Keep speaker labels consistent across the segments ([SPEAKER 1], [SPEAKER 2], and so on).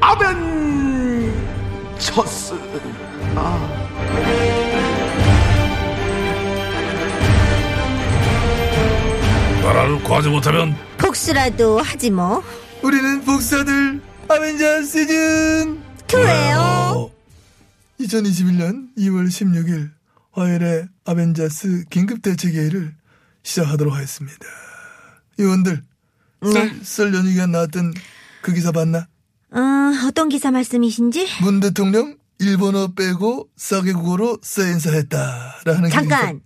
[SPEAKER 1] 아벤처스.
[SPEAKER 2] 나라를 구하지 못하면
[SPEAKER 3] 복수라도 하지 뭐.
[SPEAKER 4] 우리는 복사들 아벤져스 시즌
[SPEAKER 3] 그래요.
[SPEAKER 4] 2021년 2월 16일 화요일에 아벤져스 긴급대책회의를 시작하도록 하겠습니다. 의원들
[SPEAKER 3] 네.
[SPEAKER 4] 썰, 썰 연휴기간 나왔던 그 기사 봤나?
[SPEAKER 3] 어, 어떤 기사 말씀이신지?
[SPEAKER 4] 문 대통령 일본어 빼고 싸게 국어로 세인사했다라는 예.
[SPEAKER 3] 잠깐.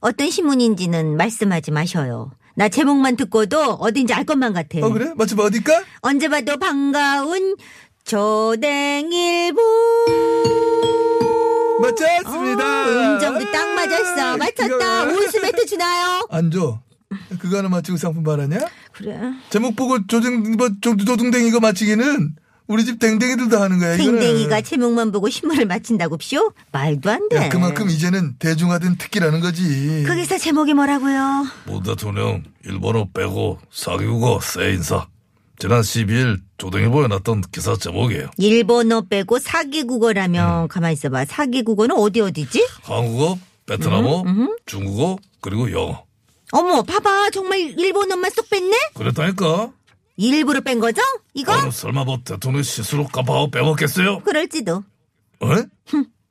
[SPEAKER 3] 어떤 신문인지는 말씀하지 마셔요. 나 제목만 듣고도 어딘지 알 것만 같아.
[SPEAKER 4] 어 그래? 마침 어디까?
[SPEAKER 3] 언제 봐도 반가운 조댕일보.
[SPEAKER 4] 맞췄습니다. 아, 예,
[SPEAKER 3] 어, 음정도 딱 맞았어. 맞췄다.
[SPEAKER 4] 이거-
[SPEAKER 3] 온수 매트 주나요?
[SPEAKER 4] 안 줘. 그거 하나 맞히고 상품 바라냐?
[SPEAKER 3] 그래.
[SPEAKER 4] 제목 보고 조정 뭐 조- 조동댕이 이거 맞히기는 우리 집 댕댕이들도 하는 거야. 이거는.
[SPEAKER 3] 댕댕이가 제목만 보고 신문을 마친다고쇼? 말도 안 돼.
[SPEAKER 4] 야, 그만큼 이제는 대중화된 특기라는 거지.
[SPEAKER 3] 그 기사 제목이 뭐라고요?
[SPEAKER 2] 문 대통령 일본어 빼고 사기국어 새 인사 지난 12일 조등일보에 났던 기사 제목이에요
[SPEAKER 3] 일본어 빼고 사기 국어라면 가만 있어봐. 사기 국어는 어디 어디지?
[SPEAKER 2] 한국어
[SPEAKER 3] 음,
[SPEAKER 2] 베트남어 중국어 그리고 영어
[SPEAKER 3] 어머, 봐봐. 정말 일본어만 쏙 뺐네?
[SPEAKER 2] 그랬다니까
[SPEAKER 3] 일부러 뺀 거죠? 이거?
[SPEAKER 2] 그럼 설마 뭐 대통령 실수로 깜빡하고 빼먹겠어요?
[SPEAKER 3] 그럴지도.
[SPEAKER 2] 어?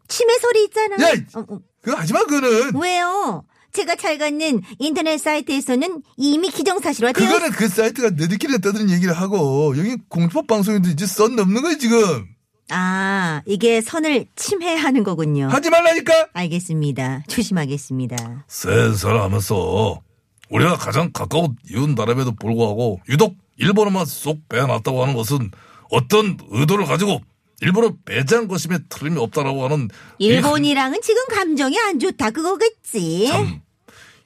[SPEAKER 3] 치매 소리 있잖아.
[SPEAKER 4] 야!
[SPEAKER 3] 어, 어.
[SPEAKER 4] 그거 하지 마,
[SPEAKER 3] 뭐,
[SPEAKER 4] 그거는.
[SPEAKER 3] 왜요? 제가 잘 갖는 인터넷 사이트에서는 이미 기정사실화 되어
[SPEAKER 4] 그거는 그 사이트가 너희끼리 했다는 얘기를 하고, 여기 공포 방송인데 이제 선 넘는 거지, 지금.
[SPEAKER 3] 아, 이게 선을 침해하는 거군요.
[SPEAKER 4] 하지 말라니까?
[SPEAKER 3] 알겠습니다. 조심하겠습니다.
[SPEAKER 2] 새 인사를 하면서 우리가 가장 가까운 이웃 나라에도 불구하고 유독 일본어만 쏙 빼놨다고 하는 것은 어떤 의도를 가지고 일본어 빼지 않은 것임에 틀림이 없다라고 하는
[SPEAKER 3] 예.
[SPEAKER 2] 이
[SPEAKER 3] 일본이랑은 지금 감정이 안 좋다 그거겠지.
[SPEAKER 2] 참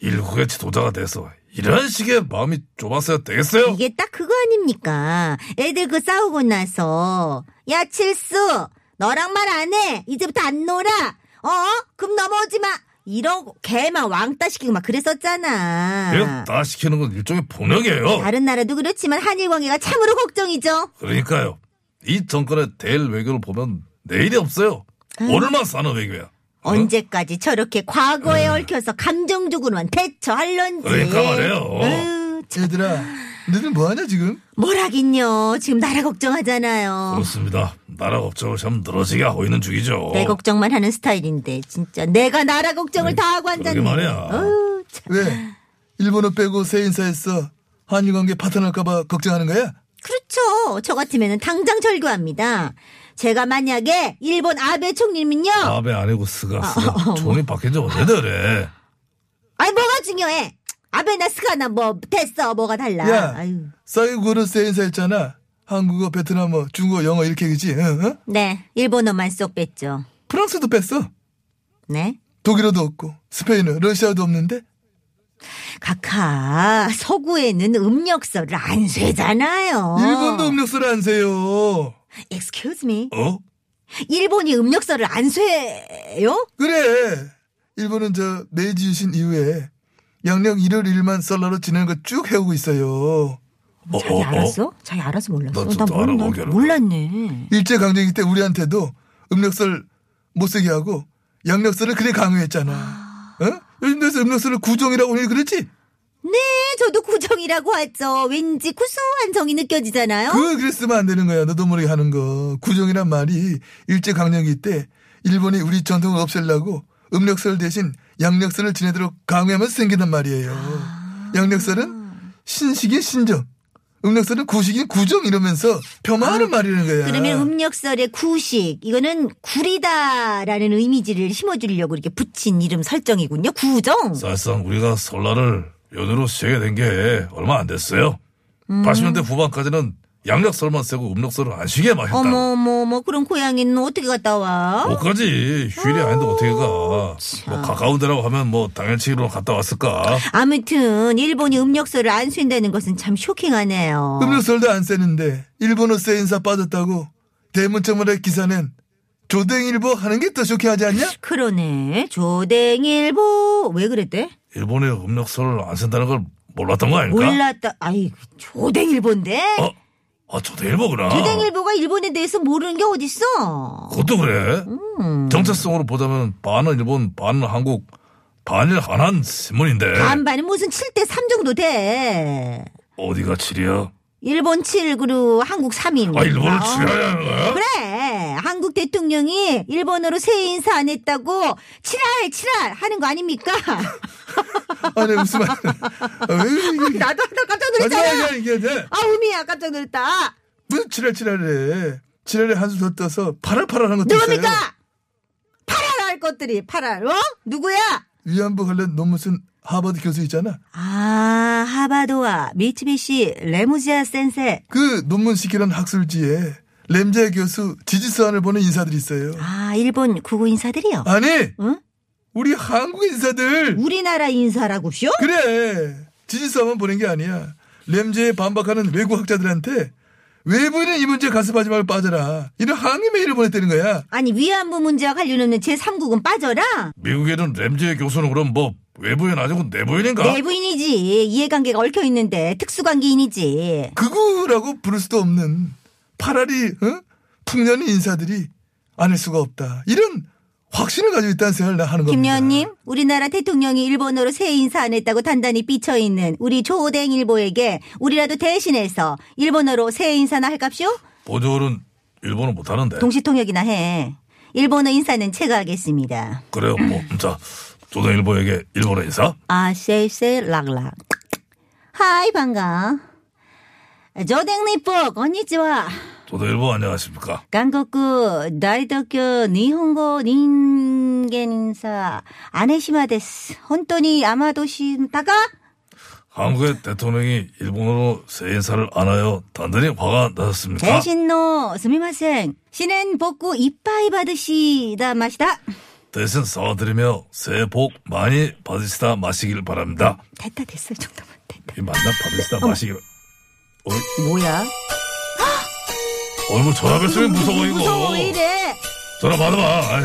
[SPEAKER 2] 일국의 지도자가 돼서 이런 식의 마음이 좁았어야 되겠어요.
[SPEAKER 3] 이게 딱 그거 아닙니까? 애들 그 싸우고 나서 야 칠수 너랑 말 안 해. 이제부터 안 놀아. 어? 금 넘어오지 마. 이런 개만 왕따 시키고 막 그랬었잖아.
[SPEAKER 2] 이거 다 시키는 건 일종의 폭력이에요.
[SPEAKER 3] 다른 나라도 그렇지만 한일 관계가 참으로 걱정이죠.
[SPEAKER 2] 어? 그러니까요. 이 정권의 대일 외교를 보면 내일이 없어요. 오늘만 사는 외교야. 어?
[SPEAKER 3] 언제까지 저렇게 과거에 얽혀서 감정적으로만 대처할런지.
[SPEAKER 2] 음. 그러니까 말이에요.
[SPEAKER 3] 아유, 참.
[SPEAKER 4] 얘들아, 너희들 뭐 하냐, 지금?
[SPEAKER 3] 뭐라긴요. 지금 나라 걱정하잖아요.
[SPEAKER 2] 그렇습니다. 나라 걱정을 참 늘어지게 하고 있는 중이죠.
[SPEAKER 3] 내 걱정만 하는 스타일인데 진짜 내가 나라 걱정을
[SPEAKER 2] 아니,
[SPEAKER 3] 다 하고 앉았네.
[SPEAKER 2] 그러게 말이야.
[SPEAKER 3] 어우, 참.
[SPEAKER 4] 왜? 일본어 빼고 새 인사했어. 한일 관계 파탄할까봐 걱정하는 거야?
[SPEAKER 3] 그렇죠. 저 같으면 당장 절교합니다. 제가 만약에 일본 아베 총리면요. 아,
[SPEAKER 2] 아베 아니고 스가
[SPEAKER 3] 어,
[SPEAKER 2] 스가 종이 바뀐 지 오래되래.
[SPEAKER 3] 니 뭐가 중요해? 아베나 스가나 뭐 됐어 뭐가 달라.
[SPEAKER 4] 야,
[SPEAKER 3] 아유.
[SPEAKER 4] 싸게 국어로 새 인사했잖아. 한국어, 베트남어, 중국어, 영어 이렇게 그지? 응, 응?
[SPEAKER 3] 네 일본어만 쏙 뺐죠.
[SPEAKER 4] 프랑스도 뺐어.
[SPEAKER 3] 네.
[SPEAKER 4] 독일어도 없고, 스페인어, 러시아도 없는데?
[SPEAKER 3] 각하 서구에는 음력서를 안 쇠잖아요.
[SPEAKER 4] 일본도 음력서를 안 세요.
[SPEAKER 3] Excuse me.
[SPEAKER 2] 어?
[SPEAKER 3] 일본이 음력서를 안 쇠요?
[SPEAKER 4] 그래. 일본은 저 메이지 유신 이후에 양력 1월 1일만 썰러로 지내는 거 쭉 해오고 있어요.
[SPEAKER 2] 어,
[SPEAKER 3] 뭐 자기 알았어? 자기 알아서 몰랐어.
[SPEAKER 2] 나 진짜
[SPEAKER 3] 몰라.
[SPEAKER 2] 알아, 거기를.
[SPEAKER 3] 몰랐네.
[SPEAKER 4] 일제 강점기 때 우리한테도 음력설 못 쓰게 하고 양력설을 그래 강요했잖아. 어? 요즘 돼서 음력설을 구정이라고 하니 그랬지?
[SPEAKER 3] 네, 저도 구정이라고 하죠. 왠지 구수한 정이 느껴지잖아요.
[SPEAKER 4] 그 그랬으면 안 되는 거야. 너도 모르게 하는 거. 구정이란 말이 일제 강점기 때 일본이 우리 전통을 없애려고 음력설 대신 양력설을 지내도록 강요하면서 생긴단 말이에요.
[SPEAKER 3] 아.
[SPEAKER 4] 양력설은 신식인 신정, 음력설은 구식인 구정 이러면서 폄하하는 말이라는 거야.
[SPEAKER 3] 아, 그러면
[SPEAKER 2] 아.
[SPEAKER 3] 음력설의 구식, 이거는 구리다라는 이미지를 심어주려고 이렇게 붙인 이름 설정이군요. 구정?
[SPEAKER 2] 사실상 우리가
[SPEAKER 3] 음.
[SPEAKER 2] 설날을 연휴로 쉬게 된 게 얼마 안 됐어요. 80년대 후반까지는 양력설만 세고 음력설을 안 쉬게 막 했다.
[SPEAKER 3] 어머 어머 어머 그럼 고향에는 어떻게 갔다 와?
[SPEAKER 2] 못 가지. 휴일이 아닌데 어떻게 가. 뭐 가까운 데라고 하면 뭐 당일치기로 갔다 왔을까.
[SPEAKER 3] 아무튼 일본이 음력서를 안 쓴다는 것은 참 쇼킹하네요.
[SPEAKER 4] 음료수도 안 세는데 일본어 세 인사 빠졌다고 대문청문회 기사는 조댕일보 하는 게 더 쇼킹하지 않냐?
[SPEAKER 3] 그러네. 조댕일보 왜 그랬대?
[SPEAKER 2] 일본에 음력설을 안 쓴다는 걸 몰랐던 거 아닐까?
[SPEAKER 3] 몰랐다. 아이 조댕일보인데.
[SPEAKER 2] 그러니까? 어? 아, 저도 일보구나.
[SPEAKER 3] 조댕일보가 일본에 대해서 모르는 게 어딨어?
[SPEAKER 2] 그것도 그래.
[SPEAKER 3] 음.
[SPEAKER 2] 정체성으로 보자면 반은 일본, 반은 한국, 반일 한한 신문인데.
[SPEAKER 3] 반반이 무슨 7대 3 정도 돼.
[SPEAKER 2] 어디가 칠이야?
[SPEAKER 3] 일본 7 그리고 한국 3인.
[SPEAKER 2] 아, 일본을 칠해야 하는 거야?
[SPEAKER 3] 그래. 한국 대통령이 일본어로 새해 인사 안 했다고 칠할 칠할 하는 거 아닙니까?
[SPEAKER 4] 아니 무슨 말? 나도
[SPEAKER 3] 어, 나도 하다 깜짝 놀랐잖아.
[SPEAKER 4] 이게 이제
[SPEAKER 3] 아, 우미야 깜짝 놀랐다.
[SPEAKER 4] 무슨 지랄지랄해. 지랄에 한수 더 떠서 파랄파랄한 것도
[SPEAKER 3] 누굽니까?
[SPEAKER 4] 있어요.
[SPEAKER 3] 파랄 할 것들이 파랄. 어? 누구야?
[SPEAKER 4] 위안부 관련 논문 쓴 하버드 교수 있잖아.
[SPEAKER 3] 아, 하바도와 미츠비시 레무지아 센세.
[SPEAKER 4] 그 논문 시키는 학술지에 램제 교수 지지서한을 보는 인사들이 있어요.
[SPEAKER 3] 아, 일본 구구 인사들이요.
[SPEAKER 4] 아니
[SPEAKER 3] 응?
[SPEAKER 4] 우리 한국 인사들
[SPEAKER 3] 우리나라 인사라고쇼?
[SPEAKER 4] 그래 지지서만 보낸 게 아니야 램제에 반박하는 외국 학자들한테 외부인은 이 문제 가습하지 말고 빠져라 이런 항의 메일을 보냈다는 거야
[SPEAKER 3] 아니 위안부 문제와 관련 없는 제3국은 빠져라.
[SPEAKER 2] 미국에는 램지의 교수는 그럼 뭐 외부인 아니고 내부인인가?
[SPEAKER 3] 네. 내부인이지 이해관계가 얽혀 있는데 특수관계인이지.
[SPEAKER 4] 그구라고 부를 수도 없는 파라리 응? 풍년의 인사들이 아닐 수가 없다 이런 확신을 가지고 있다는 생각을 나 하는 겁니다
[SPEAKER 3] 김여원님, 우리나라 대통령이 일본어로 새해 인사 안 했다고 단단히 삐쳐 있는 우리 조댕일보에게 우리라도 대신해서 일본어로 새해 인사나 할깝쇼?
[SPEAKER 2] 보조는 일본은 못하는데.
[SPEAKER 3] 동시통역이나 해. 일본어 인사는 제가 하겠습니다.
[SPEAKER 2] 그래요, 뭐. 자, 조선일보에게 일본어 인사?
[SPEAKER 3] 아, 셀셀 락락. 하이 반가. 조댕일보 건니치와.
[SPEAKER 2] 조선일보 안녕하십니까?
[SPEAKER 3] 韓国大東京日本語人間さ、姉島です。本当に雨年だか
[SPEAKER 2] 한국의 대통령이 일본어로 새 인사를 안 하여 단단히 화가 나셨습니까?
[SPEAKER 3] 全身のすみません。新年僕いっぱい받으시다ました。
[SPEAKER 2] 대신 사과드리며 새해 복 많이 받으시다 마시길 바랍니다.
[SPEAKER 3] 됐다 됐어. 정도만 됐다.
[SPEAKER 2] 이 만나 받으시다 마시길.
[SPEAKER 3] 뭐야?
[SPEAKER 2] 어이구 전화 벨소리 무서워 이거.
[SPEAKER 3] 음, 무서워 왜 이래?
[SPEAKER 2] 전화 받아봐. 아이,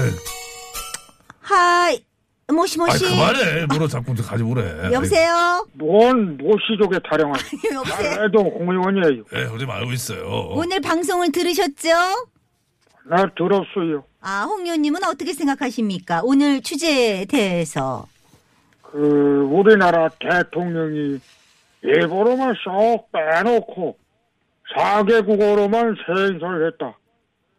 [SPEAKER 3] 하이. 모시
[SPEAKER 2] 아이
[SPEAKER 3] 모시.
[SPEAKER 2] 그만해. 뭐로 자꾸 가지 오래.
[SPEAKER 3] 여보세요?
[SPEAKER 5] 뭔 모시족의 타령을
[SPEAKER 3] 여보세요?
[SPEAKER 5] 해도 홍의원이에요.
[SPEAKER 2] 예, 요즘 알고 있어요.
[SPEAKER 3] 오늘 방송을 들으셨죠?
[SPEAKER 5] 나 들었어요.
[SPEAKER 3] 아, 홍요님은 어떻게 생각하십니까? 오늘 취재에 대해서.
[SPEAKER 5] 그 우리나라 대통령이 일본어만 쏙 빼놓고 4개국어로만 세인사를 했다.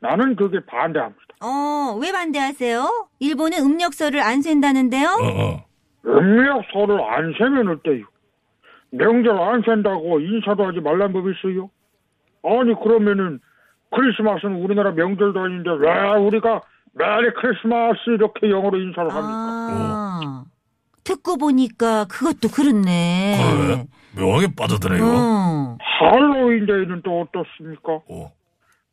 [SPEAKER 5] 나는 그게 반대합니다.
[SPEAKER 3] 어, 왜 반대하세요? 일본은 음력서를 안
[SPEAKER 2] 어,
[SPEAKER 3] 쓴다는데요?
[SPEAKER 2] 어.
[SPEAKER 5] 음력서를 안 세면 어때요? 명절 안 센다고 인사도 하지 말란 법 있어요? 아니 그러면은 크리스마스는 우리나라 명절도 아닌데 왜 우리가 메리 크리스마스 이렇게 영어로 인사를 합니까?
[SPEAKER 2] 어.
[SPEAKER 3] 아, 듣고 보니까 그것도 그렇네.
[SPEAKER 2] 그래. 묘하게 빠져드네요.
[SPEAKER 3] 어.
[SPEAKER 5] 할로윈데이는 또 어떻습니까?
[SPEAKER 2] 어.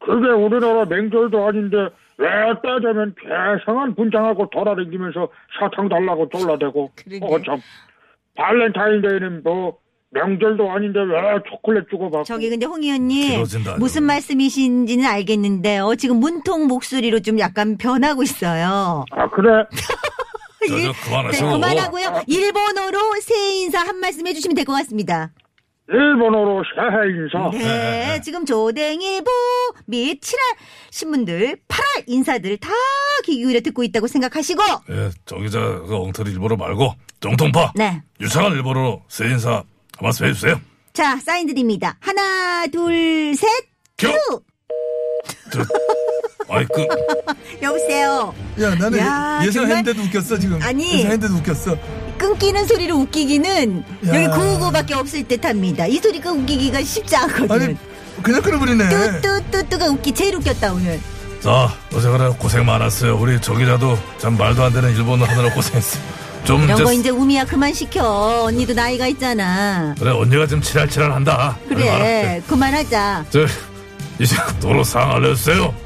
[SPEAKER 5] 그게 우리나라 명절도 아닌데 왜 따자면 괴상한 분장하고 돌아다니면서 사탕 달라고 졸라대고 어참 발렌타인데이는 뭐 명절도 아닌데 왜 초콜릿 주고받고
[SPEAKER 3] 저기 근데 홍 의원님
[SPEAKER 2] 길어진다,
[SPEAKER 3] 무슨
[SPEAKER 2] 이거.
[SPEAKER 3] 말씀이신지는 알겠는데요. 지금 문통 목소리로 좀 약간 변하고 있어요.
[SPEAKER 5] 아 그래
[SPEAKER 2] 저, 저
[SPEAKER 3] 네,
[SPEAKER 2] 그만하시고.
[SPEAKER 3] 그만하고요. 일본어로 새해 인사 한 말씀 해주시면 될 것 같습니다.
[SPEAKER 5] 일본어로 새해 인사
[SPEAKER 3] 네, 지금 조댕일보 및 7월 신문들 8월 인사들 다 귀 기울여 듣고 있다고 생각하시고
[SPEAKER 2] 예, 저 기자 그 엉터리 일본어 말고 정통파.
[SPEAKER 3] 네.
[SPEAKER 2] 유창한 일본어로 새 인사 한 말씀 해주세요.
[SPEAKER 3] 자, 사인 드립니다. 하나, 둘, 셋,
[SPEAKER 2] 큐.
[SPEAKER 3] 큐!
[SPEAKER 2] 저, 아이 그
[SPEAKER 3] 여보세요.
[SPEAKER 4] 야 나는
[SPEAKER 3] 야,
[SPEAKER 4] 예상했는데도 웃겼어 지금
[SPEAKER 3] 아니.
[SPEAKER 4] 예상했는데도 웃겼어
[SPEAKER 3] 끊기는 소리로 웃기기는
[SPEAKER 4] 야.
[SPEAKER 3] 여기 999밖에 없을 듯 합니다. 이 소리가 웃기기가 쉽지
[SPEAKER 4] 아니
[SPEAKER 3] 않거든.
[SPEAKER 4] 그냥 끊어버리네
[SPEAKER 3] 음. 뚜뚜뚜뚜가 웃기, 제일 웃겼다, 오늘.
[SPEAKER 2] 자, 어제가라 고생 많았어요. 우리 저 기자도 참 말도 안 되는 일본어 하느라 고생했어요. 좀
[SPEAKER 3] 이런
[SPEAKER 2] 이제
[SPEAKER 3] 거 이제 우미야 그만 시켜. 언니도 나이가 있잖아.
[SPEAKER 2] 그래 언니가 지금 치랄치랄한다.
[SPEAKER 3] 그래, 그만하자.
[SPEAKER 2] 저 이제 도로 상황 알려주세요.